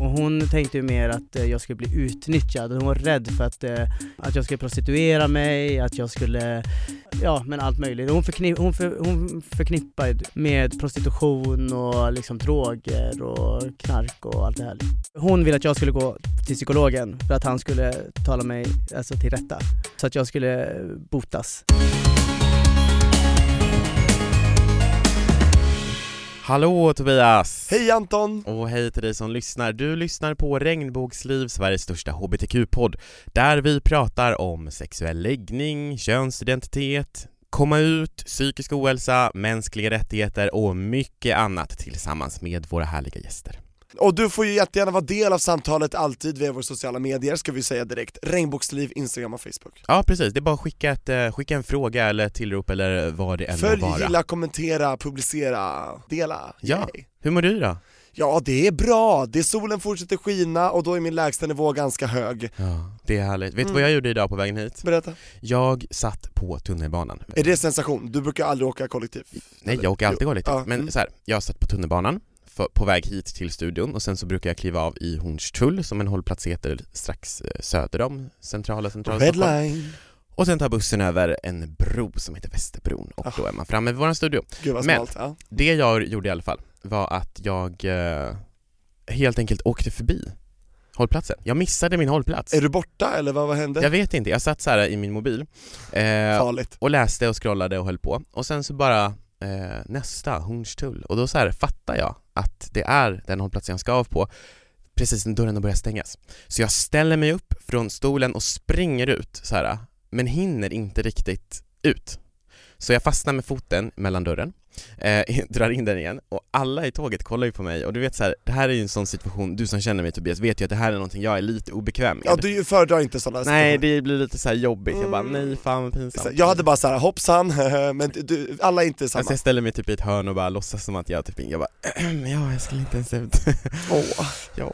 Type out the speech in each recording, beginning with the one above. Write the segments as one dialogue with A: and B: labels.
A: Och hon tänkte ju mer att eh, jag skulle bli utnyttjad, hon var rädd för att, eh, att jag skulle prostituera mig, att jag skulle, ja men allt möjligt. Hon, förknipp, hon, för, hon förknippar med prostitution och liksom droger och knark och allt det här. Hon ville att jag skulle gå till psykologen för att han skulle tala mig alltså, till rätta. Så att jag skulle eh, botas.
B: Hallå Tobias!
C: Hej Anton!
B: Och hej till dig som lyssnar. Du lyssnar på Regnbågsliv, Sveriges största HBTQ-podd, där vi pratar om sexuell läggning, könsidentitet, komma ut, psykisk ohälsa, mänskliga rättigheter och mycket annat tillsammans med våra härliga gäster.
C: Och du får ju jättegärna vara del av samtalet alltid via våra sociala medier ska vi säga direkt, Regnbågsliv, Instagram och Facebook
B: Ja precis, det är bara att skicka, ett, eh, skicka en fråga eller ett tillrop eller vad det än må
C: Följ,
B: vara.
C: gilla, kommentera, publicera, dela
B: Ja,
C: Yay.
B: hur mår du då?
C: ja det är bra, det är solen fortsätter skina och då är min lägsta nivå ganska hög
B: Ja, det är härligt. Vet du
C: Mm.
B: vad jag gjorde idag på vägen hit?
C: Berätta
B: Jag satt på tunnelbanan.
C: Är det sensation? Du brukar aldrig åka kollektiv?
B: Nej jag åker alltid kollektivt,
C: Ja,
B: men
C: mm.
B: så här, jag satt på tunnelbanan för, på väg hit till studion och sen så brukar jag kliva av i Hornstull som en hållplats heter strax eh, söder om centrala centrala
C: Red
B: Stockholm.
C: line,
B: och sen tar bussen över en bro som heter Västerbron
C: Ah.
B: och då är man framme vid våran studio.
C: gud vad
B: Men-
C: smalt ja.
B: Det jag gjorde i alla fall var att jag eh, helt enkelt åkte förbi hållplatsen. Jag missade min hållplats.
C: Är du borta eller vad, vad hände?
B: Jag vet inte, jag satt så här i min mobil eh,
C: Farligt
B: och läste och scrollade och höll på och sen så bara eh, nästa, Hornstull och då så här fattar jag att det är den hållplatsen jag ska av på precis när dörren börjar stängas. Så jag ställer mig upp från stolen och springer ut så här men hinner inte riktigt ut. Så jag fastnar med foten mellan dörren, eh, drar in den igen och alla i tåget kollar ju på mig och du vet så här, det här är ju en sån situation, du som känner mig Tobias vet ju att det här är någonting jag är lite obekväm med.
C: Ja du föredrar inte sådana
B: Nej
C: situationer.
B: det blir lite så här jobbigt, jag bara
C: Mm.
B: nej fan vad pinsamt
C: Jag hade bara såhär, hoppsan, men du, alla är inte samma
B: Alltså jag ställer mig typ i ett hörn och bara låtsas som att jag typ jag bara ja jag skulle inte ens ut.
C: Åh,
B: ja.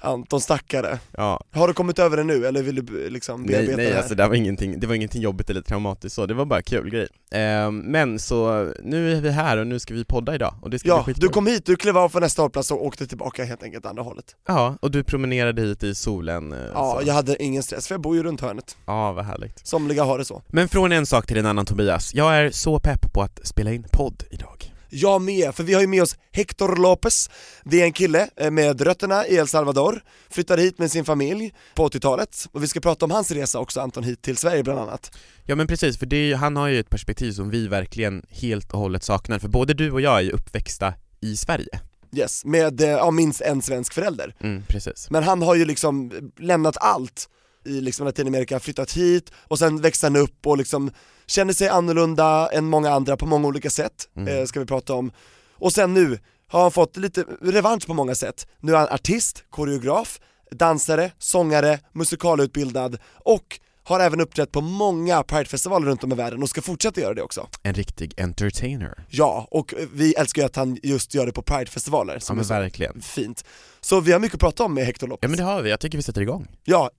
C: Anton stackare
B: ja.
C: Har du kommit över det nu eller vill du liksom bearbeta
B: Nej, nej
C: det här?
B: alltså det var, ingenting, det var ingenting jobbigt eller traumatiskt så, det var bara kul grej. Ehm, men så nu är vi här och nu ska vi podda idag och det ska bli
C: Ja,
B: skitkul.
C: du kom hit, du klev av från nästa hållplats och åkte tillbaka helt enkelt andra hållet
B: Ja, och du promenerade hit i solen. eh,
C: Ja,
B: så.
C: jag hade ingen stress för jag bor ju runt hörnet,
B: ja vad härligt.
C: somliga har det så
B: Men från en sak till en annan Tobias, jag är så pepp på att spela in podd idag.
C: Jag med, för vi har ju med oss Hector Lopez Det är en kille eh, med rötterna i El Salvador, flyttade hit med sin familj på 80-talet och vi ska prata om hans resa också Anton hit till Sverige bland annat
B: Ja men precis, för det är, ju- han har ju ett perspektiv som vi verkligen helt och hållet saknar, för både du och jag är ju uppväxta i Sverige.
C: Yes, med, eh, ja, minst en svensk förälder
B: Mm, precis.
C: Men han har ju liksom lämnat allt i liksom Latinamerika, flyttat hit och sen växte han upp och liksom känner sig annorlunda än många andra på många olika sätt,
B: Mm.
C: eh, ska vi prata om. Och sen nu har han fått lite revansch på många sätt. Nu är han artist, koreograf, dansare, sångare, musikalutbildad och har även uppträtt på många Pride-festivaler runt om i världen och ska fortsätta göra det också.
B: En riktig entertainer.
C: Ja, och vi älskar ju att han just gör det på Pride-festivaler
B: Ja
C: som
B: men
C: är så
B: verkligen.
C: fint. Så vi har mycket att prata om med Hector Lopez.
B: Ja men det har vi, jag tycker vi sätter igång.
C: Ja,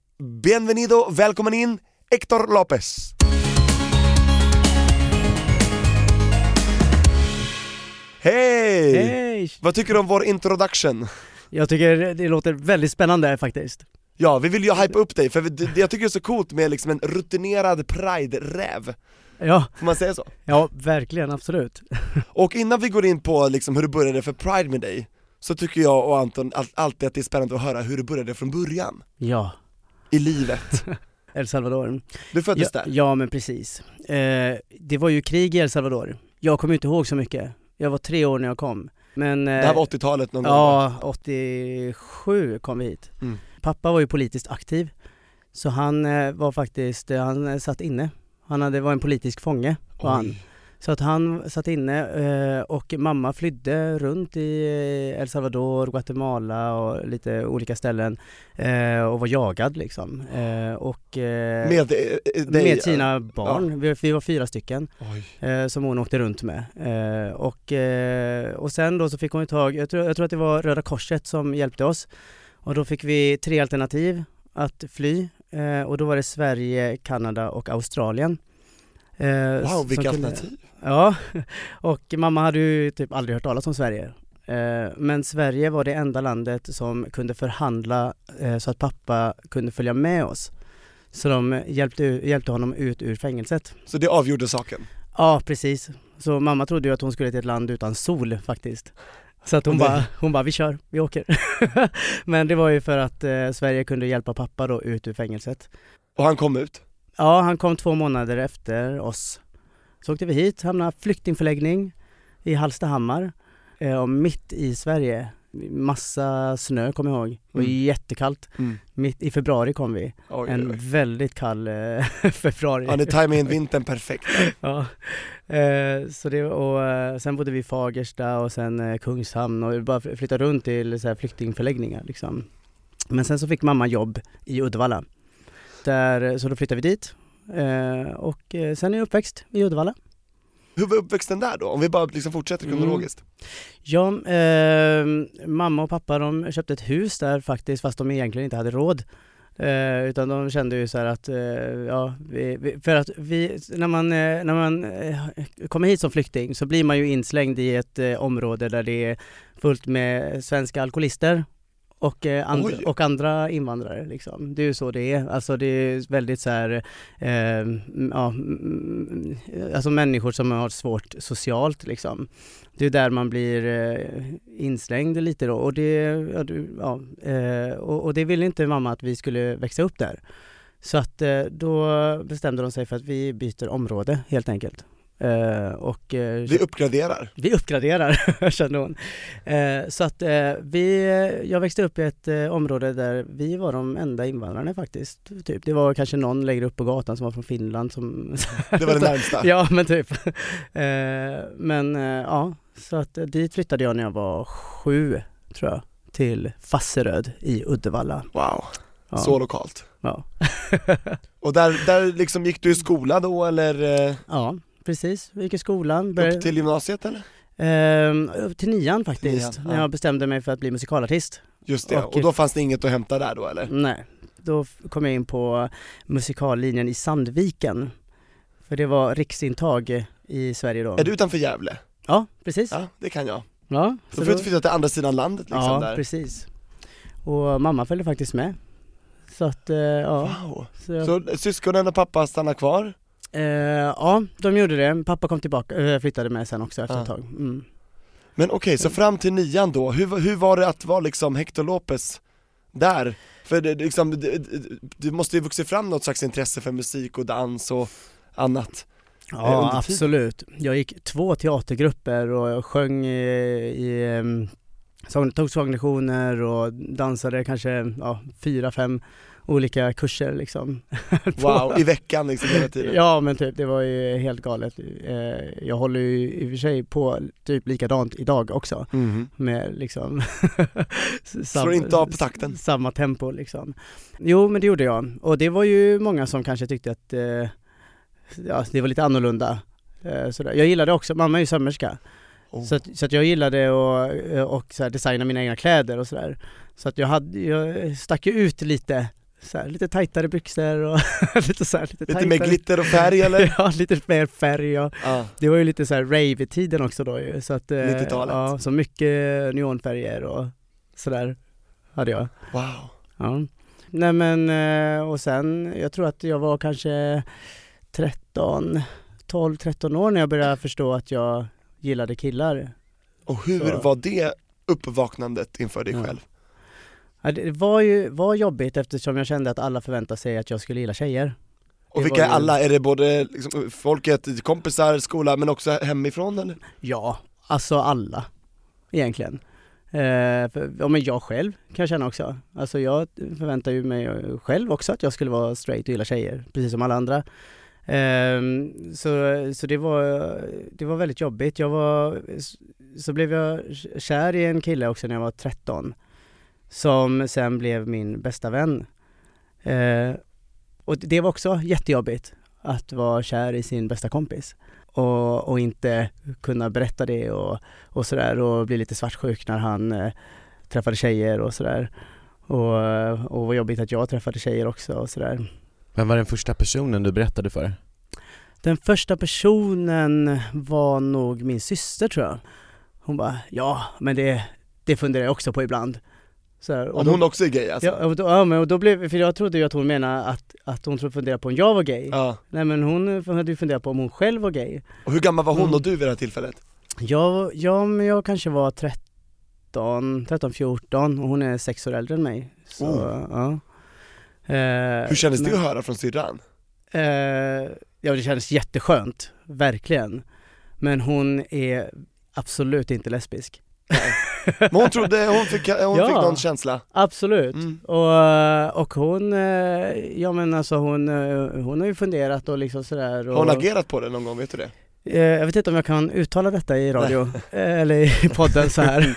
C: bienvenido, välkommen in, Hector Lopez. Hej!
A: Hej!
C: Vad tycker du om vår introduction?
A: Jag tycker det låter väldigt spännande faktiskt.
C: Ja, vi vill ju hypa upp dig, för vi- det- jag tycker det är så coolt med liksom en rutinerad pride-räv,
A: Ja,
C: får man säga så?
A: ja verkligen, absolut.
C: Och innan vi går in på liksom hur det började för pride med dig, så tycker jag och Anton all- alltid att det är spännande att höra hur det började från början,
A: Ja,
C: i livet.
A: El Salvador.
C: Du föddes
A: ja,
C: där.
A: ja men precis. Eh, det var ju krig i El Salvador. Jag kommer inte ihåg så mycket. Jag var tre år när jag kom. Men, eh,
C: Det här var 80-talet någon gång? va?
A: Ja, 87 kom vi hit.
C: Mm.
A: Pappa var ju politiskt aktiv, så han eh, var faktiskt, eh, han eh, satt inne. Han hade, var en politisk fånge var han. Så att han satt inne eh, och mamma flydde runt i eh, El Salvador, Guatemala och lite olika ställen eh, och var jagad liksom. Eh, Och, eh,
C: Med eh, dig?
A: med sina barn, vi, vi var fyra stycken
C: Oj.
A: eh, som hon åkte runt med. Eh, och, eh, och sen då så fick hon ju tag, jag tror, jag tror att det var Röda Korset som hjälpte oss. Och då fick vi tre alternativ att fly eh, och då var det Sverige, Kanada och Australien. Eh, som
C: Wow, vilka
A: kunde-
C: alternativ.
A: Ja, och mamma hade ju typ aldrig hört talas om Sverige. Eh, Men Sverige var det enda landet som kunde förhandla eh, så att pappa kunde följa med oss. Så de hjälpte, hjälpte honom ut ur fängelset.
C: Så det avgjorde saken.
A: Ja, precis. Så mamma trodde ju att hon skulle till ett land utan sol faktiskt. Så att hon
C: Nej.
A: bara, hon bara, vi kör, vi åker. Men det var ju för att eh, Sverige kunde hjälpa pappa då ut ur fängelset.
C: Och han kom ut.
A: Ja, han kom två månader efter oss. Så åkte vi hit, hamnade i flyktingförläggning i Hallstahammar. Eh, och mitt i Sverige. Massa snö kommer jag ihåg. Det var
C: Mm.
A: jättekallt.
C: Mm.
A: Mitt i februari kom vi.
C: Oj,
A: En
C: oj, oj.
A: väldigt kall eh, februari.
C: Ja, ni tajmade in vintern perfekt.
A: Ja, eh, så det, och eh, sen bodde vi i Fagersta och sen eh, Kungshamn och bara fly- flyttade runt till så här flyktingförläggningar liksom. Men sen så fick mamma jobb i Uddevalla. Där, så då flyttade vi dit eh, och eh, sen är jag uppväxt i Uddevalla.
C: Hur var uppväxten där då? Om vi bara liksom fortsätter
A: Mm.
C: kronologiskt.
A: Ja, eh, mamma och pappa de köpte ett hus där faktiskt fast de egentligen inte hade råd. Eh, utan de kände ju så här att, eh, ja, vi, vi, för att vi, när man, eh, när man eh, kommer hit som flykting så blir man ju inslängd i ett eh, område där det är fullt med svenska alkoholister och, eh, and,
C: Oj.
A: och andra invandrare liksom. Det är ju så det är. Alltså det är väldigt så här, eh, ja, mm, alltså människor som har svårt socialt liksom. Det är där man blir eh, inslängd lite då och det, ja, du, ja, eh, och, och det ville inte mamma att vi skulle växa upp där. Så att eh, då bestämde de sig för att vi byter område helt enkelt. Eh, och, eh,
C: Vi uppgraderar.
A: vi uppgraderar, kände hon. Eh, så att eh, vi, jag växte upp i ett eh, område där vi var de enda invandrarna faktiskt. Typ. Det var kanske någon längre upp på gatan som var från Finland som
C: Det var det närmsta.
A: Ja men typ. Eh, men eh, ja, så att eh, dit flyttade jag när jag var sju tror jag. Till Fasseröd i Uddevalla.
C: Wow,
A: Ja.
C: så lokalt.
A: Ja.
C: Och där, där liksom gick du i skola då eller eh,
A: ja, precis. Vi gick i skolan.
C: upp till gymnasiet eller?
A: Ehm, upp till nian faktiskt.
C: Nian,
A: När
C: ja.
A: jag bestämde mig för att bli musikalartist.
C: Just det,
A: Och-
C: och då fanns det inget att hämta där då eller?
A: Nej, då f- kom jag in på musikallinjen i Sandviken. För det var riksintag i Sverige då.
C: Är du utanför Gävle?
A: Ja, precis. Ja,
C: Ja, det kan jag.
A: så
C: Då får
A: då-
C: du flytta till andra sidan landet liksom
A: ja,
C: där.
A: precis. Och mamma följde faktiskt med. Så att, eh, ja.
C: Wow.
A: Så jag,
C: Så syskonen och pappa stannar kvar?
A: eh, ja, de gjorde det. Pappa kom tillbaka, eh, flyttade med sen också efter
C: Ja.
A: ett tag. Mm.
C: Men okej, så fram till nian då, hur, var- hur var det att vara liksom Hector Lopez där? För det, liksom, det, det- det måste ju vuxit fram något slags intresse för musik och dans och annat. Eh,
A: Ja,
C: under tiden-
A: absolut. Jag gick två teatergrupper och jag sjöng i, i em, sång, tog sånglektioner och dansade kanske ja, fyra, fem olika kurser liksom.
C: Wow, i veckan liksom hela tiden.
A: Ja men typ, det var ju helt galet. Eh, Jag håller ju i och för sig på typ likadant idag också.
C: Mhm.
A: med liksom
C: Slår inte av på takten.
A: s- samma tempo liksom. Jo men det gjorde jag och det var ju många som kanske tyckte att eh, ja, det var lite annorlunda. Eh, sådär. Jag gillade också, mamma är ju sömmerska,
C: Oh.
A: så, att, så att jag gillade att och, så här, designa mina egna kläder och sådär. Så att jag, hade, jag stack ju ut lite, så här, lite tajtare byxor och lite så här, lite,
C: Lite
A: tajtare.
C: mer glitter och färg eller?
A: Ja, lite mer färg ja.
C: Ja.
A: Det var ju lite så här rave i tiden också då ju, så att eh,
C: 90-talet.
A: Ja, så mycket neonfärger och sådär hade jag.
C: Wow.
A: Ja. Nej men, eh, och sen, jag tror att jag var kanske 13, 12-13 år när jag började förstå att jag gillade killar.
C: Och hur
A: Så.
C: var det uppvaknandet inför dig
A: Ja.
C: själv?
A: Ja, Det var ju var jobbigt eftersom jag kände att alla förväntade sig att jag skulle gilla tjejer.
C: Och
A: Det
C: vilka är
A: var ju-
C: alla? Är det både liksom, folket, kompisar, skola men också hemifrån eller?
A: Ja, alltså alla egentligen. Eh, för, ja, men jag själv kan jag känna också. Alltså jag förväntar ju mig själv också att jag skulle vara straight och gilla tjejer, precis som alla andra. Ehm, så så det, var, det var väldigt jobbigt. Jag var, så blev jag kär i en kille också när jag var 13 som sen blev min bästa vän. Eh, och det var också jättejobbigt att vara kär i sin bästa kompis och, och inte kunna berätta det och, och sådär och bli lite svartsjuk när han eh, träffade tjejer och sådär. Och, och vad jobbigt att jag träffade tjejer också och sådär.
B: Vem var den första personen du berättade för?
A: Den första personen var nog min syster tror jag. Hon bara, ja men det, det funderar jag också på ibland. Så här, och
C: Om
A: då-
C: hon också är gay alltså?
A: Ja, och då, ja men och då blev, för jag trodde ju att hon menade att, att hon tro- funderade på om jag var gay.
C: Ja.
A: Nej men hon hade ju funderat på om hon själv var gay.
C: Och hur gammal var hon
A: Mm.
C: och du vid det här tillfället?
A: Jag, ja, men jag kanske var 13, 13, 14 och hon är sex år äldre än mig. Så,
C: Oh.
A: ja. Eh,
C: Hur kändes det
A: men-
C: att höra från syrran?
A: Eh, ja det kändes jätteskönt, verkligen. Men hon är absolut inte lesbisk.
C: Men hon trodde, hon fick, hon
A: Ja.
C: fick någon känsla?
A: Absolut.
C: Mm.
A: Och, och hon, eh, ja men alltså hon, eh, hon har ju funderat och liksom sådär. Och,
C: Har hon agerat på det någon gång, vet du det?
A: Eh, Jag vet inte om jag kan uttala detta i radio, eh, eller i podden så här.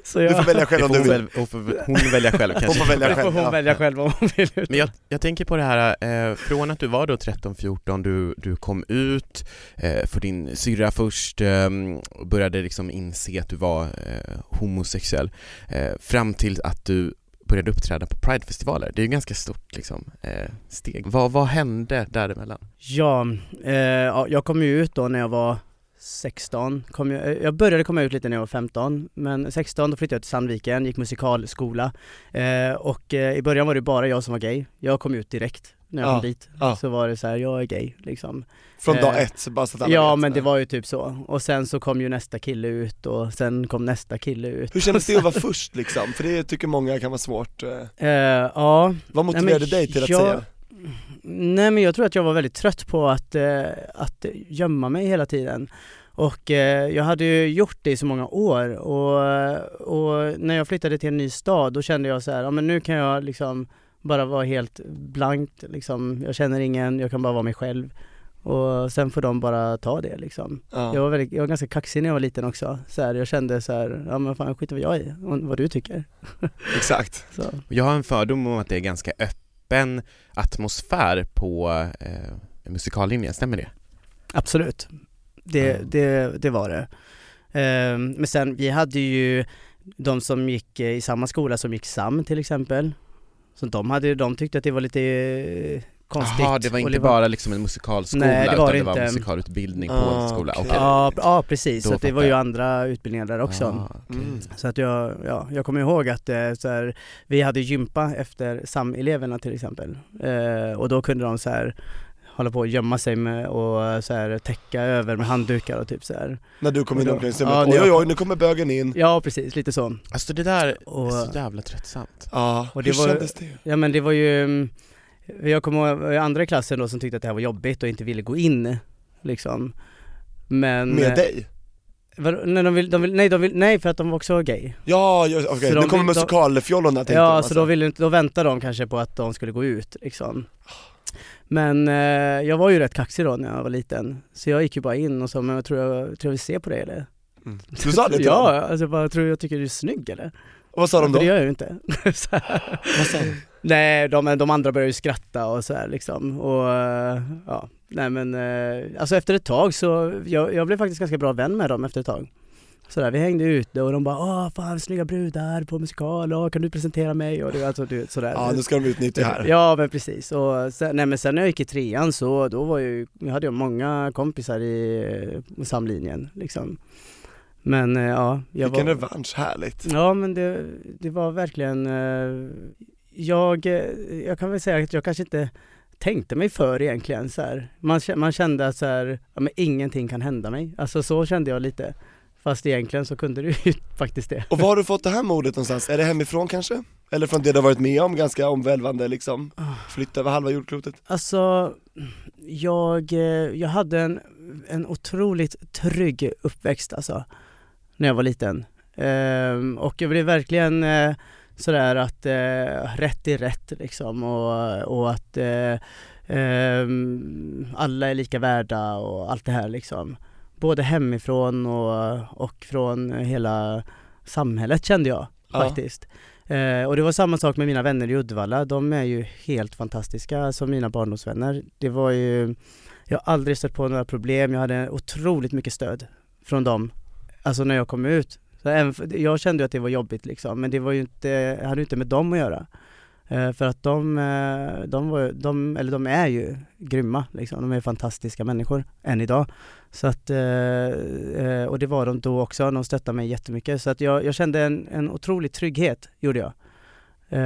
A: så
C: Du får
A: jag,
C: välja
B: Det
C: själv om
B: får
C: du
B: hon,
C: vill.
B: väl, hon, får, väl- hon välja själv
C: Hon
B: kanske.
C: får välja
A: det får
C: själv.
A: hon
C: ja.
A: välja själv om hon vill.
B: Men jag, jag tänker på det här, eh, från att du var då 13-14, du, du kom ut eh, för din syrra först eh, och började liksom inse att du var eh, homosexuell, eh, fram till att du började uppträda på Pridefestivaler. Det är ju ganska stort liksom, eh, steg. Vad, vad hände däremellan?
A: Ja, eh, ja, jag kom ju ut då när jag var 16, kom jag, eh, jag började komma ut lite när jag var 15, men 16 då flyttade jag till Sandviken, gick musikalskola eh, och eh, i början var det bara jag som var gay. Jag kom ut direkt när jag
C: Ja,
A: kom dit,
C: ja.
A: så var det så här, jag är gay liksom.
C: Från dag
A: Eh,
C: ett, så bara så att alla
A: Ja
C: vet.
A: men det var ju typ så, och sen så kom ju nästa kille ut och sen kom nästa kille ut.
C: Hur kändes det att vara först liksom? För det tycker många kan vara svårt. eh.
A: Eh, ja,
C: Vad
A: Nej, men
C: motiverade dig till att
A: jag-
C: säga?
A: Nej men jag tror att jag var väldigt trött på att, eh, att gömma mig hela tiden. Och eh, jag hade ju gjort det i så många år och, och när jag flyttade till en ny stad då kände jag så här, ja men nu kan jag liksom bara vara helt blankt liksom. Jag känner ingen, jag kan bara vara mig själv. Och sen får de bara ta det liksom.
C: Ja.
A: Jag, var väldigt, jag var ganska kaxig när jag var liten också. Så här, jag kände så här, ja men fan skit i vad jag är och vad du tycker.
C: Exakt.
A: Så.
B: Jag har en fördom om att det är ganska öppen atmosfär på eh, musikallinjen, stämmer det?
A: Absolut, det,
B: Mm.
A: det, det var det. Ehm, Men sen, vi hade ju de som gick eh, i samma skola som gick SAM till exempel. Så de, hade, de tyckte att det var lite eh, konstigt.
B: Jaha, det var
A: och
B: inte bara liksom en musikalskola
A: Nej, det var
B: utan
A: det
B: det var
A: inte.
B: musikalutbildning på
C: Ah,
B: en skola.
C: okej.
B: Okej.
A: Ja, ja precis.
B: Då
A: Så att det
B: fattar
A: var ju
B: jag.
A: andra utbildningar där också.
B: Ah, okej.
C: Mm.
A: Så att jag, ja, jag kommer ihåg att eh, så här, vi hade gympa efter SAM-eleverna till exempel. Eh, och då kunde de så här hålla på och gömma sig med och så här, täcka över med handdukar och typ så här.
C: När du kom in i
A: Ja.
C: omklädningsrummet,
A: Ja,
C: oj
A: det-
C: oj oj nu kommer bögen in.
A: Ja precis, lite så.
B: Alltså det där
A: Och-
B: är så jävla tröttsamt.
C: Ja,
A: Och det
C: hur
A: var-
C: kändes det?
A: Ja men det var ju, mm, jag kommer ihåg i andra klassen då som tyckte att det här var jobbigt och inte ville gå in liksom. Men... eh,
C: Med dig?
A: Vadå? nej, de vill, de vill, nej, de vill, nej för att de var också gay.
C: Ja, ja, okej,
A: Så
C: nu
A: de
C: kommer
A: vill- de-
C: musikalfjollorna tänkte
A: ja
C: alltså. man
A: så då, ville, inte- då väntade de kanske på att de skulle gå ut liksom. Men eh, jag var ju rätt kaxig då när jag var liten. Så jag gick ju bara in och sa, men jag tror jag, tror jag vill se på dig eller?
C: Mm. Du sa det till
A: Ja,
C: dem?
A: alltså jag bara, tror jag tycker du är snygg eller?
C: Och vad sa de
A: För
C: då?
A: Det gör jag ju inte. Så här.
C: Vad sa de?
A: Nej, de, de andra började ju skratta och så här liksom. Och eh, ja, nej men eh, alltså efter ett tag så, jag, jag blev faktiskt ganska bra vän med dem efter ett tag. Så där, vi hängde ute och de bara åh fan snygga brudar på musikal, åh, kan du presentera mig? Och det, alltså, du, sådär.
C: Ja nu ska de utnyttja det här.
A: Ja men precis, och sen, nej, men sen när jag gick i trean så då var jag, ju- jag hade jag många kompisar i eh, samlinjen liksom. Men eh, ja, jag
C: Vilken
A: var...
C: revansch, härligt.
A: Ja men det, det var verkligen, eh, jag, eh, jag kan väl säga att jag kanske inte tänkte mig för egentligen så här. Man, kä- man kände att så här, ja, men ingenting kan hända mig. Alltså så kände jag lite. Fast egentligen så kunde det ju faktiskt det.
C: Och var har du fått det här modet någonstans? Är det hemifrån kanske? Eller från det du har varit med om, ganska omvälvande liksom?
A: Ah.
C: Flytta över halva jordklotet?
A: Alltså, jag, eh, jag hade en, en otroligt trygg uppväxt alltså, när jag var liten. Ehm, och jag blev verkligen eh, sådär att eh, rätt är rätt liksom och, och att eh, ehm, alla är lika värda och allt det här liksom. Både hemifrån och, och från hela samhället kände jag
C: Ja.
A: faktiskt. Eh, och det var samma sak med mina vänner i Uddevalla, de är ju helt fantastiska som mina barndomsvänner. Det var ju, jag har aldrig stött på några problem, jag hade otroligt mycket stöd från dem, alltså när jag kom ut. Så även, för- jag kände ju att det var jobbigt liksom, men det var ju inte, jag hade ju inte med dem att göra. Eh, För att de, eh, de, var, ju- de, eller de är ju grymma liksom, de är fantastiska människor än idag. Så att, eh, eh, och det var de då också, de stöttade mig jättemycket. Så att jag, jag kände en, en otrolig trygghet, gjorde jag. Eh,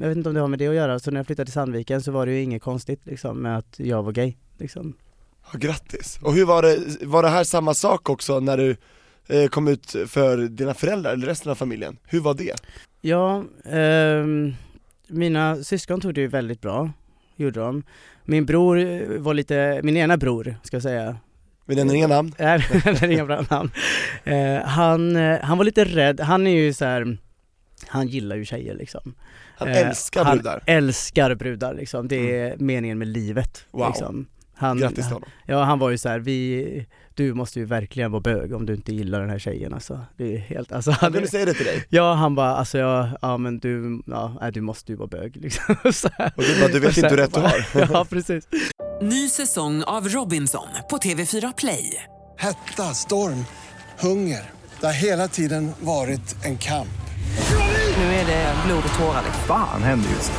A: Jag vet inte om det har med det att göra, så när jag flyttade till Sandviken så var det ju inget konstigt liksom med att jag var gay. Liksom.
C: Ja, grattis. Och hur var det, var det här samma sak också när du eh, kom ut för dina föräldrar eller resten av familjen? Hur var det?
A: Ja, ehm, mina syskon tog det ju väldigt bra, gjorde de. Min bror eh, var lite, min ena bror ska jag säga,
C: Vi nämner inga namn.
A: Nej, men inga bra namn. Eh, han, eh, han var lite rädd, han är ju så här. Han gillar ju tjejer liksom.
C: Han
A: Eh,
C: älskar
A: han
C: brudar. Mm.
A: älskar brudar liksom, det är meningen med livet.
C: Wow.
A: Liksom. Han,
C: Grattis till honom.
A: Ja han var ju så här, vi, du måste ju verkligen vara bög om du inte gillar den här tjejen alltså. Det är helt, alltså
C: Han
A: han,
C: kunde säga det till dig.
A: ja han bara, alltså jag, ja men du, ja nej, du måste ju vara bög liksom. så här.
C: Och du bara, du vet inte hur rätt du har.
A: ja precis.
D: Ny säsong av Robinson på TV4 Play.
E: Hetta, storm, hunger. Det har hela tiden varit en kamp.
D: Nu är det blod och tårar.
F: Fan händer just det.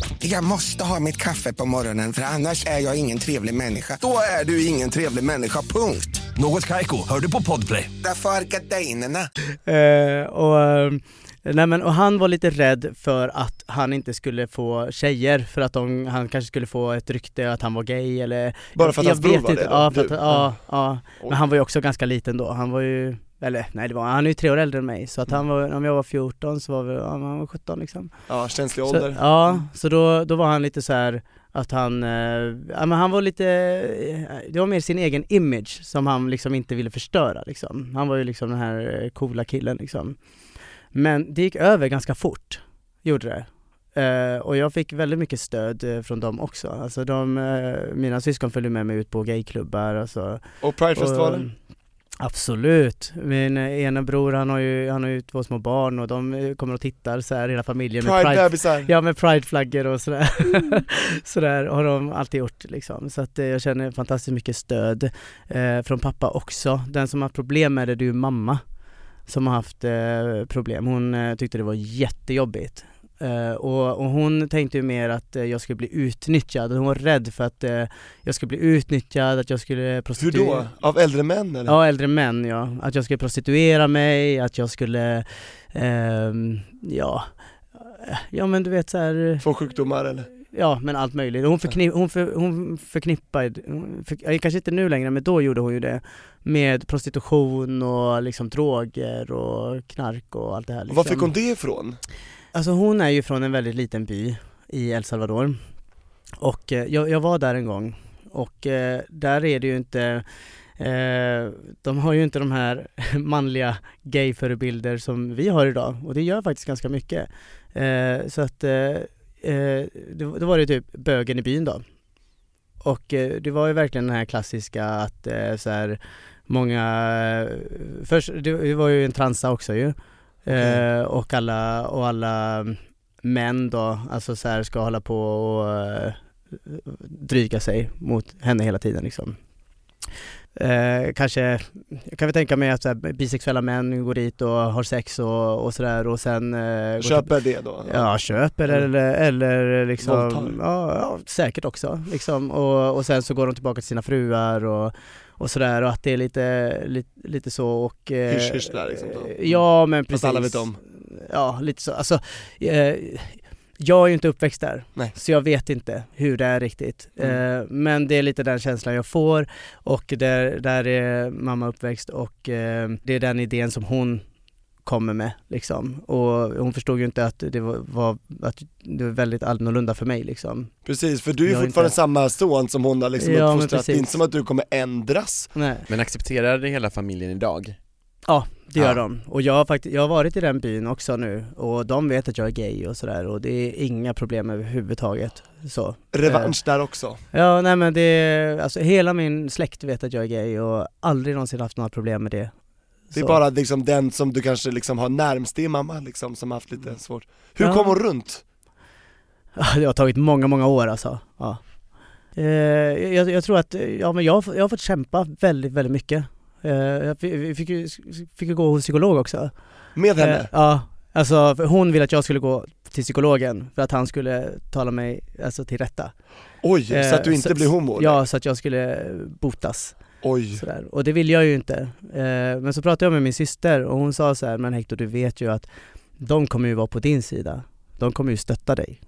G: Jag måste ha mitt kaffe på morgonen för annars är jag ingen trevlig människa. Då är du ingen trevlig människa, punkt.
H: Något Kaiko, hör du på Podplay.
G: Därför är gardinerna.
A: Eh, och, eh, nej men, och han var lite rädd för att han inte skulle få tjejer för att de, han kanske skulle få ett rykte att han var gay eller
C: Bara för att
A: jag
C: hans bror
A: vet
C: var
A: inte.
C: det då?
A: Ja, för att,
C: Du?
A: ja, ja.
C: Oj.
A: Men han var ju också ganska liten då, han var ju eller nej det var han är ju tre år äldre än mig så att
C: Mm.
A: han var, om jag var 14 så var vi, ja, han var 17 liksom
C: Ja, känslig
A: så,
C: ålder.
A: Ja, så då, då var han lite så här att han, eh, ja men han var lite, eh, det var mer sin egen image som han liksom inte ville förstöra liksom. Han var ju liksom den här eh, coola killen liksom. Men det gick över ganska fort, gjorde det. Eh, och jag fick väldigt mycket stöd eh, från dem också. Alltså de, eh, mina syskon följde med mig ut på gayklubbar och så.
C: Och Pridefestivalen?
A: Och, Absolut. Min eh, ena bror han har, ju, han har ju två små barn och de eh, kommer och tittar så här hela familjen med pride,
C: Pride-bebisar?
A: Ja med prideflaggor och sådär. sådär har de alltid gjort liksom. Så att eh, jag känner fantastiskt mycket stöd eh, från pappa också. Den som har haft problem med det, det är ju mamma som har haft eh, problem. Hon eh, tyckte det var jättejobbigt. Eh, och, och hon tänkte ju mer att eh, jag skulle bli utnyttjad. Hon var rädd för att eh, jag skulle bli utnyttjad, att jag skulle
C: Hur
A: prostituera
C: då? Av äldre män eller?
A: Ja, äldre män ja. Att jag skulle prostituera mig, att jag skulle, ehm, ja, ja men du vet så här,
C: Få sjukdomar eller?
A: ja men allt möjligt. Hon, förkni- hon, för, hon förknippar, hon för, ja, kanske inte nu längre men då gjorde hon ju det, med prostitution och liksom droger och knark och allt det här.
C: Och
A: Liksom.
C: var fick hon det ifrån?
A: Alltså hon är ju från en väldigt liten by i El Salvador och eh, jag, jag var där en gång och eh, där är det ju inte eh, de har ju inte de här manliga gayförebilder som vi har idag och det gör faktiskt ganska mycket. Eh, så att eh, eh, då, då var det typ bögen i byn då. Och eh, det var ju verkligen den här klassiska att eh, så här många, eh, först det, det var ju en transa också ju. Eh, och alla, och alla män då, alltså så här ska hålla på och eh, dryga sig mot henne hela tiden liksom. Eh, kanske, jag kan väl tänka mig att så här, bisexuella män går dit och har sex och, och sådär och sen eh, går till-
C: Köper det då?
A: Ja, köper eller, eller liksom,
C: Mm. Våldtar.
A: ja, ja, säkert också liksom. och, och sen så går de tillbaka till sina fruar och, och sådär och att det är lite, lite, lite så och... eh,
C: Hysch, hysch där liksom då.
A: Ja men precis.
C: Fast alla vet om.
A: Ja, lite så, alltså eh, Jag är ju inte uppväxt där,
C: Nej.
A: så jag vet inte hur det är riktigt. Eh, men det är lite den känslan jag får och där, där är mamma uppväxt och eh, det är den idén som hon kommer med liksom. Och hon förstod ju inte att det var, var, att det var väldigt annorlunda för mig liksom.
C: Precis, för du är ju
A: Jag är
C: fortfarande
A: inte-
C: samma son som hon har liksom
A: Ja, men
C: uppfostrat, det är
A: precis.
C: inte som att du kommer ändras.
A: Nej.
B: Men accepterar det hela familjen idag?
A: Ja, det gör
B: Ja.
A: de. Och jag har, faktiskt, jag har varit i den byn också nu och de vet att jag är gay och sådär och det är inga problem överhuvudtaget. Så. Eh,
C: Revansch där också.
A: Ja, nej men det är, alltså hela min släkt vet att jag är gay och aldrig någonsin haft några problem med det.
C: Det är
A: Så.
C: bara liksom den som du kanske liksom har närmst din mamma liksom, som har haft lite svårt. Hur
A: Mm. Ja.
C: kom hon runt?
A: Det har tagit många, många år alltså. Ja. Eh, jag, jag tror att, ja men jag, har fått- jag har fått kämpa väldigt, väldigt mycket. Eh, jag fick, jag fick, ju, fick ju gå hos psykolog också.
C: Med henne?
A: Eh, ja, alltså för hon ville att jag skulle gå till psykologen för att han skulle tala mig alltså, till rätta.
C: Oj, så
A: eh,
C: att du inte
A: så-
C: blir homo? eller?
A: Ja, så att jag skulle botas.
C: Oj.
A: Sådär. Och det ville jag ju inte. Eh, men så pratade jag med min syster och hon sa så här, men Hector du vet ju att de kommer ju vara på din sida. De kommer ju stötta dig.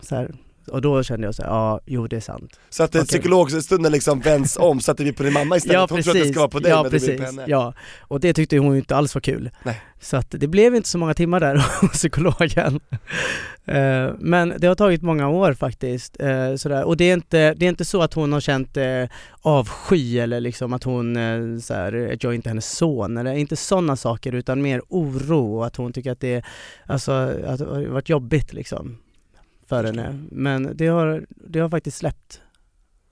A: Så här. Och då kände jag så här, ja, jo det är sant.
C: Så att okay.
A: Okej.
C: psykologstunden liksom vänds om så att det blir på din mamma istället? hon tror att det ska vara på dig
A: ja,
C: men det
A: precis.
C: blir på henne.
A: Ja, och det tyckte hon ju inte alls var kul.
C: Nej.
A: Så att det blev inte så många timmar där hos psykologen. Eh, Men det har tagit många år faktiskt. eh, Sådär. Och det är, inte, det är inte så att hon har känt eh, avsky eller liksom att hon, eh, såhär, att jag inte är hennes son eller inte sådana saker utan mer oro och att hon tycker att det, alltså, att det har varit jobbigt liksom för henne. Men det har, det har faktiskt släppt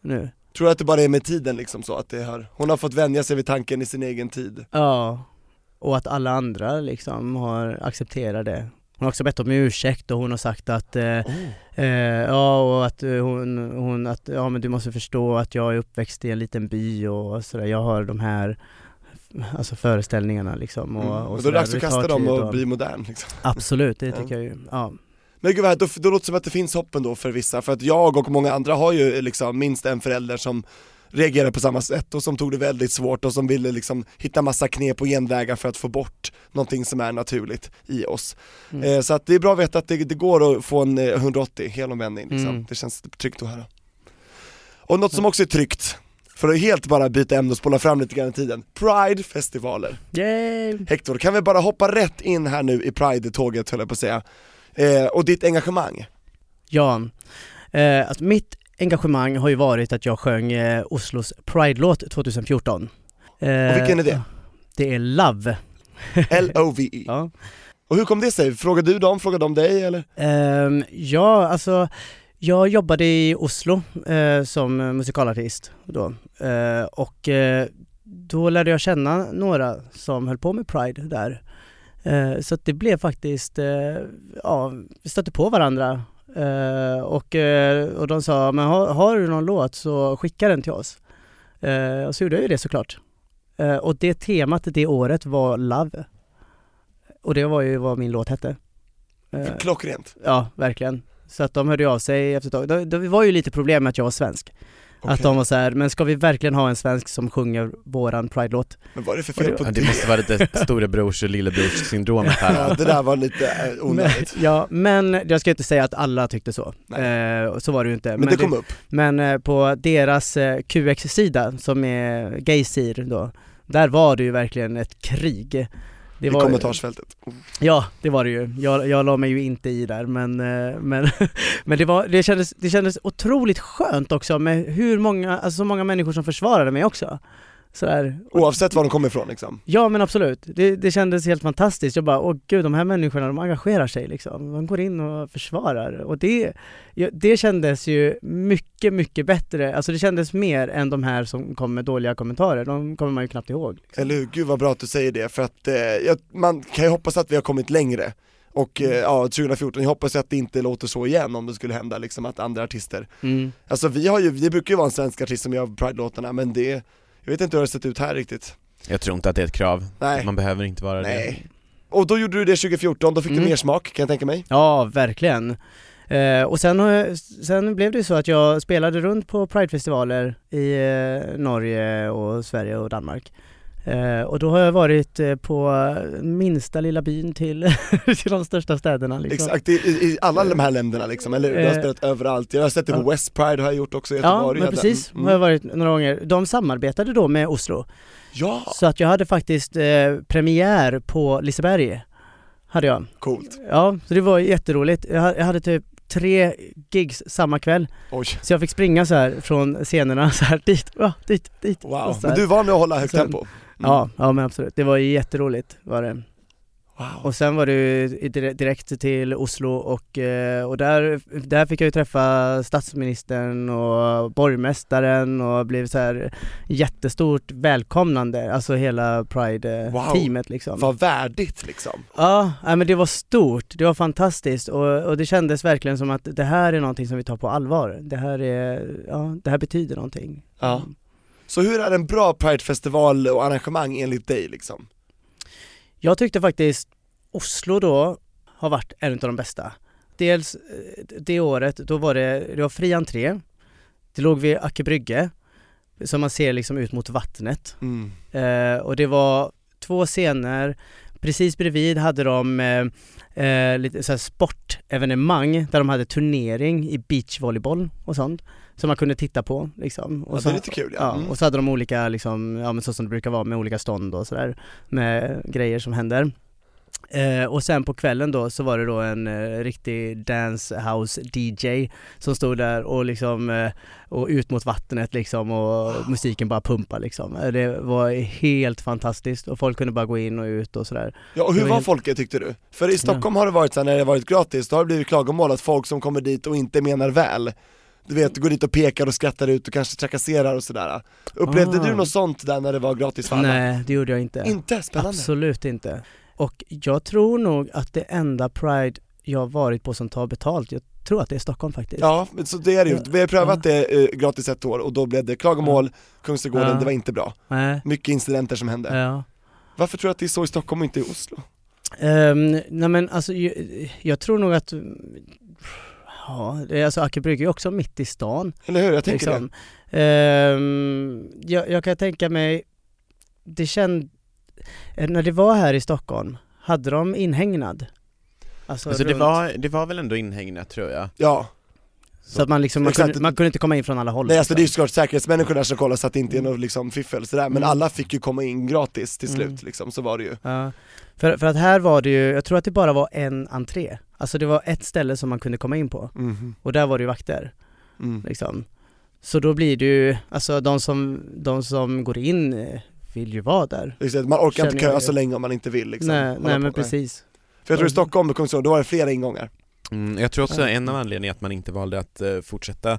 A: nu.
C: Tror du att det bara är med tiden liksom så att det har, hon har fått vänja sig vid tanken i sin egen tid?
A: Ja, och att alla andra liksom har accepterat det. Hon har också bett om ursäkt och hon har sagt att, eh,
C: Mm.
A: eh, ja och att eh, hon, hon att, ja men du måste förstå att jag är uppväxt i en liten by och sådär, jag har de här Alltså föreställningarna liksom och,
C: Mm.
A: och
C: Och då är
A: sådär.
C: det dags att
A: tar
C: kasta dem
A: tid
C: och bli modern liksom.
A: Absolut, det
C: Ja.
A: tycker jag ju. Ja.
C: Men gud vad härligt, då, då låter det som att det finns hopp ändå för vissa, för att jag och många andra har ju liksom minst en förälder som reagerade på samma sätt och som tog det väldigt svårt och som ville liksom hitta massa knep och genvägar för att få bort någonting som är naturligt i oss. Eh, så att det är bra att veta att det, det går att få en eh, 180 helomvändning liksom.
A: Mm.
C: Det känns tryggt att höra. Och något som också är tryggt, för att helt bara byta ämne och spola fram lite grann i tiden, Pride-festivaler.
A: Yay!
C: Hector, kan vi bara hoppa rätt in här nu i Pride-tåget höll jag på att säga. Eh, och ditt engagemang.
A: Jan, eh, alltså mitt engagemang har ju varit att jag sjöng eh, Oslos Pride-låt 2014. Eh,
C: Och vilken är det?
A: Det är Love.
C: L-O-V-E.
A: Ja.
C: E. Och hur kom det sig? Frågade du dem, frågade de dig eller?
A: Ehm, ja, alltså jag jobbade i Oslo eh, som musikalartist då Eh, och eh, då lärde jag känna några som höll på med Pride där. Eh, så att det blev faktiskt, eh, ja, vi stötte på varandra eh, och, eh, och de sa, men har, har du någon låt så skicka den till oss. Eh, och så gjorde jag ju det såklart. Eh, och det temat det året var Love. Och det var ju vad min låt hette. Eh,
C: Klockrent.
A: Ja, verkligen. Så att de hörde ju av sig efter ett tag. Det, det var ju lite problem med att jag var svensk. Att
C: Okej.
A: de var så här, men ska vi verkligen ha en svensk som sjunger våran Pride-låt?
C: Men vad är det för fel på
B: Ja,
C: det?
B: det måste vara lite storebrors och lillebrors syndromet här.
C: Ja, det där var lite eh, onödigt.
A: Ja, men jag ska inte säga att alla tyckte så.
C: Nej.
A: Eh, och så var det ju inte.
C: Men, det kom upp.
A: men eh, på deras eh, QX-sida, som är gaysir då, där var det ju verkligen ett krig.
C: I
A: var-
C: kommentarsfältet.
A: Ja, det var det ju. Jag, jag la mig ju inte i där men, eh, men, men det, var, det, kändes, det kändes otroligt skönt också med hur många, alltså så många människor som försvarade mig också. Sådär. Och,
C: Oavsett var de kommer ifrån liksom.
A: ja men absolut, det, det kändes helt fantastiskt. Jag bara, åh gud de här människorna de engagerar sig liksom. De går in och försvarar. Och det, ja, det kändes ju mycket, mycket bättre. Alltså det kändes mer än de här som kom med dåliga kommentarer. De kommer man ju knappt ihåg. Liksom.
C: Eller hur? Gud vad bra att du säger det, för att eh, jag, man kan ju hoppas att vi har kommit längre. Och eh, ja, 2014, jag hoppas att det inte låter så igen om det skulle hända liksom att andra artister
A: Mm.
C: Alltså vi har ju, det brukar ju vara en svensk artist som gör Pride-låtarna men det, jag vet inte hur det har sett ut här riktigt
B: Jag tror inte att det är ett krav.
C: Nej.
B: Man behöver inte vara det.
C: Nej Och då gjorde du det 2014, då fick
A: Mm.
C: du mer smak kan jag tänka mig
A: Ja, verkligen. Eh, och sen, har jag, sen blev det ju så att jag spelade runt på Pridefestivaler i eh, Norge och Sverige och Danmark. Eh, och då har jag varit eh, på minsta lilla byn till, till de största städerna. Liksom.
C: Exakt, i, i i alla de här länderna liksom, eller hur? Du har
A: Eh,
C: spelat överallt, jag har sett det på
A: ja.
C: West Pride har jag gjort också i
A: Ja,
C: Göteborg
A: men
C: hade-
A: precis.
C: Mm.
A: Har jag varit några gånger. De samarbetade då med Oslo.
C: Ja,
A: Så att jag hade faktiskt eh, premiär på Liseberg. Hade jag.
C: coolt,
A: Ja, så det var jätteroligt. Jag, ha- jag hade typ tre gigs samma kväll.
C: oj,
A: Så jag fick springa så här från scenerna så här dit, ja, dit, dit. och
C: wow,
A: så
C: men
A: här.
C: du var med att hålla högt
A: Så-
C: tempo? Mm.
A: Ja, ja men absolut. Det var ju jätteroligt var det.
C: Wow,
A: Och sen var det ju dire- direkt till Oslo och, eh, och där, där fick jag ju träffa statsministern och borgmästaren och blev så här jättestort välkomnande, alltså hela
C: Wow.
A: Pride-teamet liksom.
C: vad värdigt liksom
A: Ja, nej, men det var stort, det var fantastiskt och, och det kändes verkligen som att det här är någonting som vi tar på allvar. Det här, är, ja, det här betyder någonting.
C: Ja. Så hur är en bra Pride-festival och arrangemang enligt dig liksom?
A: Jag tyckte faktiskt Oslo då har varit en av de bästa. Dels eh, det året, då var det, det var fri entré, det låg vid Acker brygge, som man ser liksom ut mot vattnet.
C: Mm.
A: Eh, och det var två scener, precis bredvid hade de eh, eh, lite så här sportevenemang där de hade turnering i beachvolleyboll och sånt som man kunde titta på liksom. Och
C: Ja, det är lite kul ja.
A: Ja,
C: Mm.
A: och så hade de olika, liksom, ja men så som det brukar vara med olika stånd och sådär, med grejer som händer. Eh, och sen på kvällen då så var det då en eh, riktig dancehouse DJ som stod där och liksom, eh, och ut mot vattnet liksom och musiken bara pumpa liksom. Eh, Det var helt fantastiskt och folk kunde bara gå in och ut och sådär.
C: Ja och
A: Det
C: hur
A: var
C: var
A: helt-
C: folket tyckte du? För i Stockholm har det varit så här, när det har varit gratis, då har det blivit klagomål att folk som kommer dit och inte menar väl Du vet, går dit och pekar och skrattar ut och kanske trakasserar och sådär Upplevde
A: Ah.
C: du något sånt där när det var gratis för alla?
A: Nej, det gjorde jag inte.
C: Inte? Spännande
A: Absolut inte. Och jag tror nog att det enda Pride jag varit på som tar betalt, jag tror att det är Stockholm faktiskt.
C: Ja, men så det är det ju. Vi har prövat det eh, gratis ett år och då blev det klagomål, Kungsträdgården,
A: Ja.
C: det var inte bra.
A: Nej.
C: Mycket incidenter som hände.
A: Ja.
C: Varför tror du att det är så i Stockholm och inte i Oslo?
A: Ehm, nej men alltså, ju- jag tror nog att, ja, det är alltså Acker Brygge är ju också mitt i stan.
C: Eller hur? Jag tänker det.
A: Liksom. Ehm, jag, jag kan tänka mig, det känd, eh, när det var här i Stockholm, hade de inhägnad? Alltså,
B: Alltså det
A: runt-
B: var, det var väl ändå inhägnat tror jag
C: Ja,
A: så att man liksom, man
C: Exakt.
A: kunde, man kunde inte komma in från alla håll.
C: nej alltså det är ju
A: liksom.
C: såklart säkerhetsmänniskorna som kollar så att det inte är något liksom fiffel sådär, men
A: Mm.
C: alla fick ju komma in gratis till slut
A: Mm.
C: liksom, så var det ju.
A: Ja. för, för att här var det ju, jag tror att det bara var en entré. Alltså det var ett ställe som man kunde komma in på,
C: Mhm.
A: och där var det ju vakter.
C: Mm.
A: liksom. Så då blir det ju, alltså de som, de som går in eh, vill ju vara där.
C: Exakt, man orkar inte
A: Känner jag
C: köa
A: ju.
C: så länge om man inte vill liksom.
A: nej,
C: hålla
A: nej
C: på.
A: men precis. Mm.
C: För jag tror i Stockholm och Kungsträdgården, då var det flera ingångar.
B: Mm, jag tror också
A: Ja.
B: en av anledningarna att man inte valde att eh, fortsätta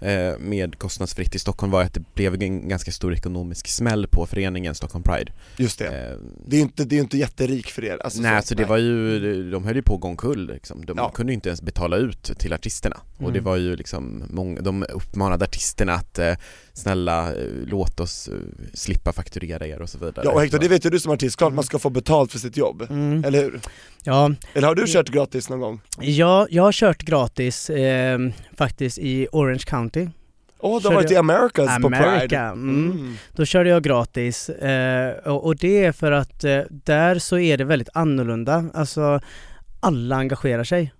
B: eh, med kostnadsfritt i Stockholm var att det blev en ganska stor ekonomisk smäll på föreningen Stockholm Pride.
C: Just det.
B: Eh,
C: Det är ju inte, det är ju inte jätterik för er. Alltså,
B: nej,
C: så,
B: så det var ju, de höll ju på att gå omkull liksom. De
C: Ja.
B: kunde ju inte ens betala ut till artisterna. Och det
A: Mm.
B: var ju liksom, många, de uppmanade artisterna att eh, snälla eh, låt oss eh, slippa fakturera er och så vidare.
C: Ja och Hector, det vet ju du som artist, klart man ska få betalt för sitt jobb.
A: Mm.
C: Eller hur?
A: Ja,
C: Eller har du kört gratis någon gång?
A: jag, jag har kört gratis eh, faktiskt i Orange County,
C: Åh, du har
A: Körde
C: varit i Americas på Pride.
A: America. Mm. Då körde jag gratis eh, och, och det är för att eh, där så är det väldigt annorlunda, alltså alla engagerar sig.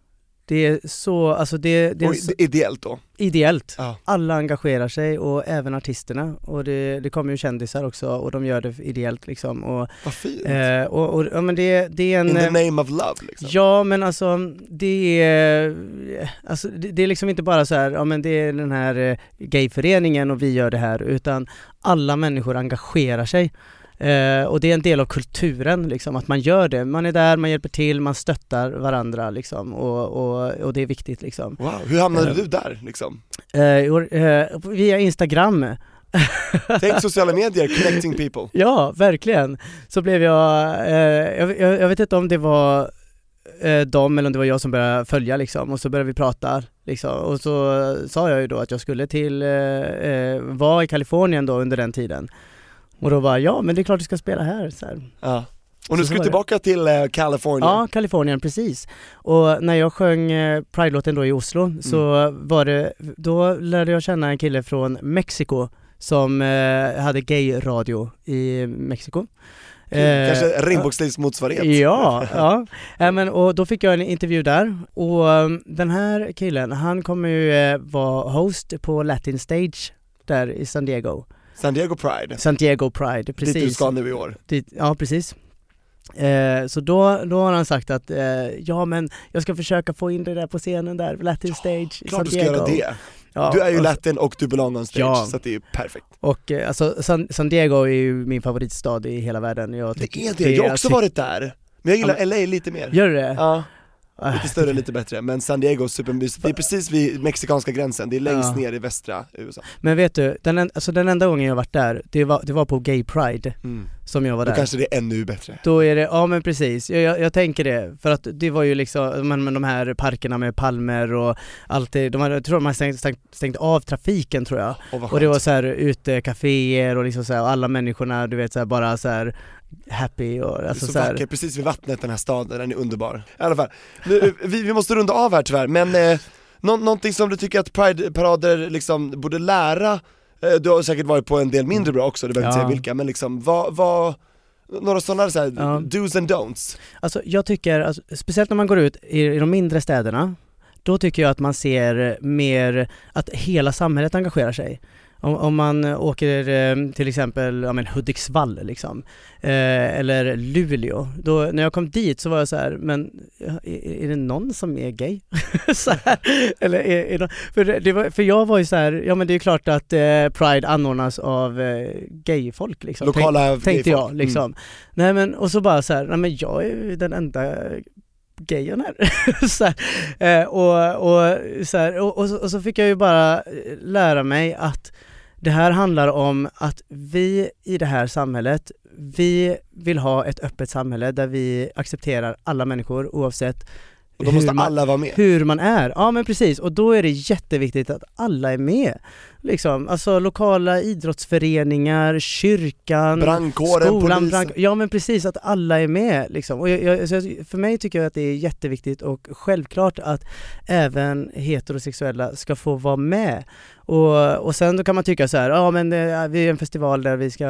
A: Det är så, alltså det, det är
C: Och
A: så
C: ide- ideellt då.
A: ideellt.
C: Ja.
A: alla engagerar sig och även artisterna och det, det kommer ju kändisar också och de gör det ideellt liksom och,
C: Vad fint.
A: eh, och, och ja, men det, det är
C: In
A: en...
C: the
A: eh,
C: name of love liksom.
A: Ja men alltså det är, alltså, det, det är liksom inte bara så här, ja men det är den här eh, gayföreningen och vi gör det här utan alla människor engagerar sig eh, och det är en del av kulturen liksom att man gör det, man är där, man hjälper till, man stöttar varandra liksom och, och, och det är viktigt liksom.
C: Wow, hur hamnade
A: Eh.
C: du där liksom?
A: Eh, i år- eh, via Instagram
C: Tänk sociala medier, connecting people.
A: Ja, verkligen. Så blev jag, eh, jag, jag, jag vet inte om det var eh, dem eller om det var jag som började följa liksom och så började vi prata liksom och så eh, sa jag ju då att jag skulle till, eh, eh, vara i Kalifornien då under den tiden. Och då bara, ja men det är klart du ska spela här. Så här.
C: Ja. Och nu
A: Så
C: ska du
A: var det.
C: tillbaka till eh, California.
A: Ja, Kalifornien, precis. Och när jag sjöng eh,
C: Mm.
A: Pride-låten då i Oslo så var det, då lärde jag känna en kille från Mexiko som eh, hade gay-radio i Mexiko. Eh,
C: Kanske Ringboks motsvarighet.
A: Ja, ja. Äh, men, och då fick jag en intervju där och um, den här killen, han kommer ju eh, vara host på Latin Stage där i San Diego.
C: San Diego Pride,
A: San Diego Pride, precis.
C: dit du ska nu i år.
A: Dit- ja, precis. Eh, så då, då har han sagt att eh, ja men jag ska försöka få in det där på scenen där, Latin Stage i San
C: Klart du
A: Diego.
C: ska göra det.
A: Ja,
C: Du är ju
A: och-
C: latin och du belong on stage,
A: Ja.
C: så att det är ju perfekt.
A: Och eh, alltså San, San Diego är ju min favoritstad i hela världen. Jag
C: Det
A: tycker-
C: är det, jag har också
A: tycker-
C: varit där. Men jag
A: alltså. Ja,
C: gillar LA lite mer.
A: Gör du det?
C: Ja,
A: Ah,
C: lite större, lite bättre. Men San Diego, supermysigt. Det är precis vid mexikanska gränsen, det är längst
A: Ja.
C: ner i västra USA.
A: Men vet du, den, en- alltså den enda gången jag varit där, det var, det var på Gay Pride som jag var
C: Då
A: där.
C: kanske det är ännu bättre.
A: Då är det, ja men precis, jag, jag, jag tänker det. För att det var ju liksom, men, men de här parkerna med palmer och allt det, de hade, jag tror de hade stängt, stängt, stängt av trafiken tror jag.
C: Åh, vad
A: Och det
C: skönt.
A: var så här utekaféer och liksom så här, och alla människorna du vet så här, bara så här happy och
C: Det är
A: alltså
C: så,
A: så här.
C: vacker, precis vid vattnet den här staden, den är underbar. I alla fall, nu, eh, vi, vi måste runda av här tyvärr, men eh, nå, någonting som du tycker att Pride-parader liksom borde lära, eh, du har säkert varit på en del mindre bra också, du behöver inte
A: Ja.
C: säga vilka, men liksom vad, vad några sådana så här,
A: Ja.
C: do's and don'ts.
A: Alltså jag tycker, alltså, speciellt när man går ut i, i de mindre städerna, då tycker jag att man ser mer att hela samhället engagerar sig. Om, om man eh, åker eh, till exempel ja, men Hudiksvall liksom, eh, eller Luleå, då, när jag kom dit så var jag så här, men ja, är, är det någon som är gay? så här, eller är, är det, för, det- det var, för jag var ju så här, ja men det är ju klart att eh, Pride anordnas av eh, gayfolk liksom. Tänk-
C: Lokala Mm.
A: tänkte
C: gayfolk.
A: jag liksom. Nej men, och så bara så här, nej men jag är ju den enda gayen här. så här. Eh, och, och, så här och, och, så, och så fick jag ju bara eh, lära mig att det här handlar om att vi i det här samhället, vi vill ha ett öppet samhälle där vi accepterar alla människor oavsett
C: Och då måste
A: hur man-
C: alla vara med.
A: hur man är. Ja men precis, och då är det jätteviktigt att alla är med. Liksom, alltså lokala idrottsföreningar, kyrkan,
C: Brandkåren, polisen.
A: brand- ja men precis, att alla är med liksom. Och jag, jag, så jag, för mig tycker jag att det är jätteviktigt och självklart att även heterosexuella ska få vara med. Och, och sen då kan man tycka så här, ja men eh, vi är en festival där vi ska,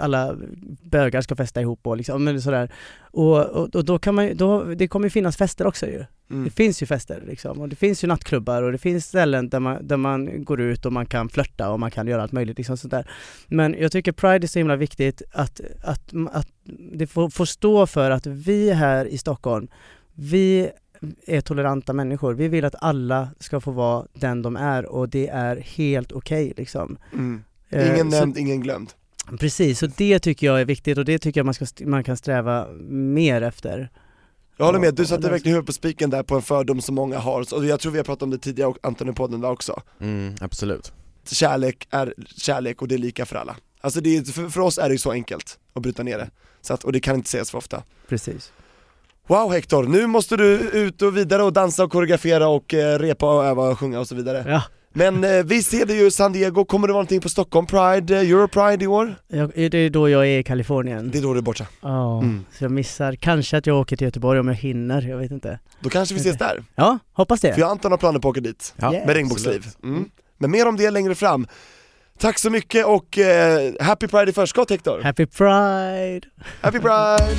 A: alla bögar ska festa ihop och liksom, men sådär. Och, och, och då kan man ju- då, det kommer ju finnas fester också ju.
C: Mm.
A: Det finns ju fester liksom, och det finns ju nattklubbar och det finns ställen där man, där man går ut och man kan flörta och man kan göra allt möjligt liksom sånt där. Men jag tycker Pride är så himla viktigt att, att, att det får, får stå för att vi här i Stockholm, vi är toleranta människor. Vi vill att alla ska få vara den de är och det är helt okej liksom.
C: Mm.
A: Eh,
C: Ingen
A: så-
C: nämnd, ingen glömd.
A: Precis, så det tycker jag är viktigt och det tycker jag man, ska, st- man kan sträva mer efter.
C: Jag håller
A: Ja,
C: med, du
A: ja,
C: satte
A: det-
C: verkligen huvudet på spiken där på en fördom som många har, och jag tror vi har pratat om det tidigare och Anton i podden där också.
B: Mm, absolut.
C: kärlek är kärlek och det är lika för alla. Alltså det är, för, för oss är det ju så enkelt att bryta ner det. Så att, och det kan inte sägas för ofta.
A: Precis.
C: Wow Hector, nu måste du ut och vidare och dansa och koreografera och eh, repa och öva och sjunga och så vidare.
A: Ja.
C: Men eh, vi ser det ju i San Diego, kommer det vara någonting på Stockholm Pride, eh, Euro Pride i år?
A: Jag, det är då jag är i Kalifornien.
C: Det Mm. är då du är borta.
A: Ja, så jag missar. Kanske att jag åker till Göteborg om jag hinner, jag vet inte.
C: Då kanske vi ses där.
A: Ja, hoppas det.
C: För jag och Anton har planer på att åka dit.
B: Ja,
A: Yeah.
C: Med regnbågsliv. Mm. Men mer om det längre fram. Tack så mycket och eh, happy Pride i förskott Hector!
A: Happy Pride!
C: Happy Pride!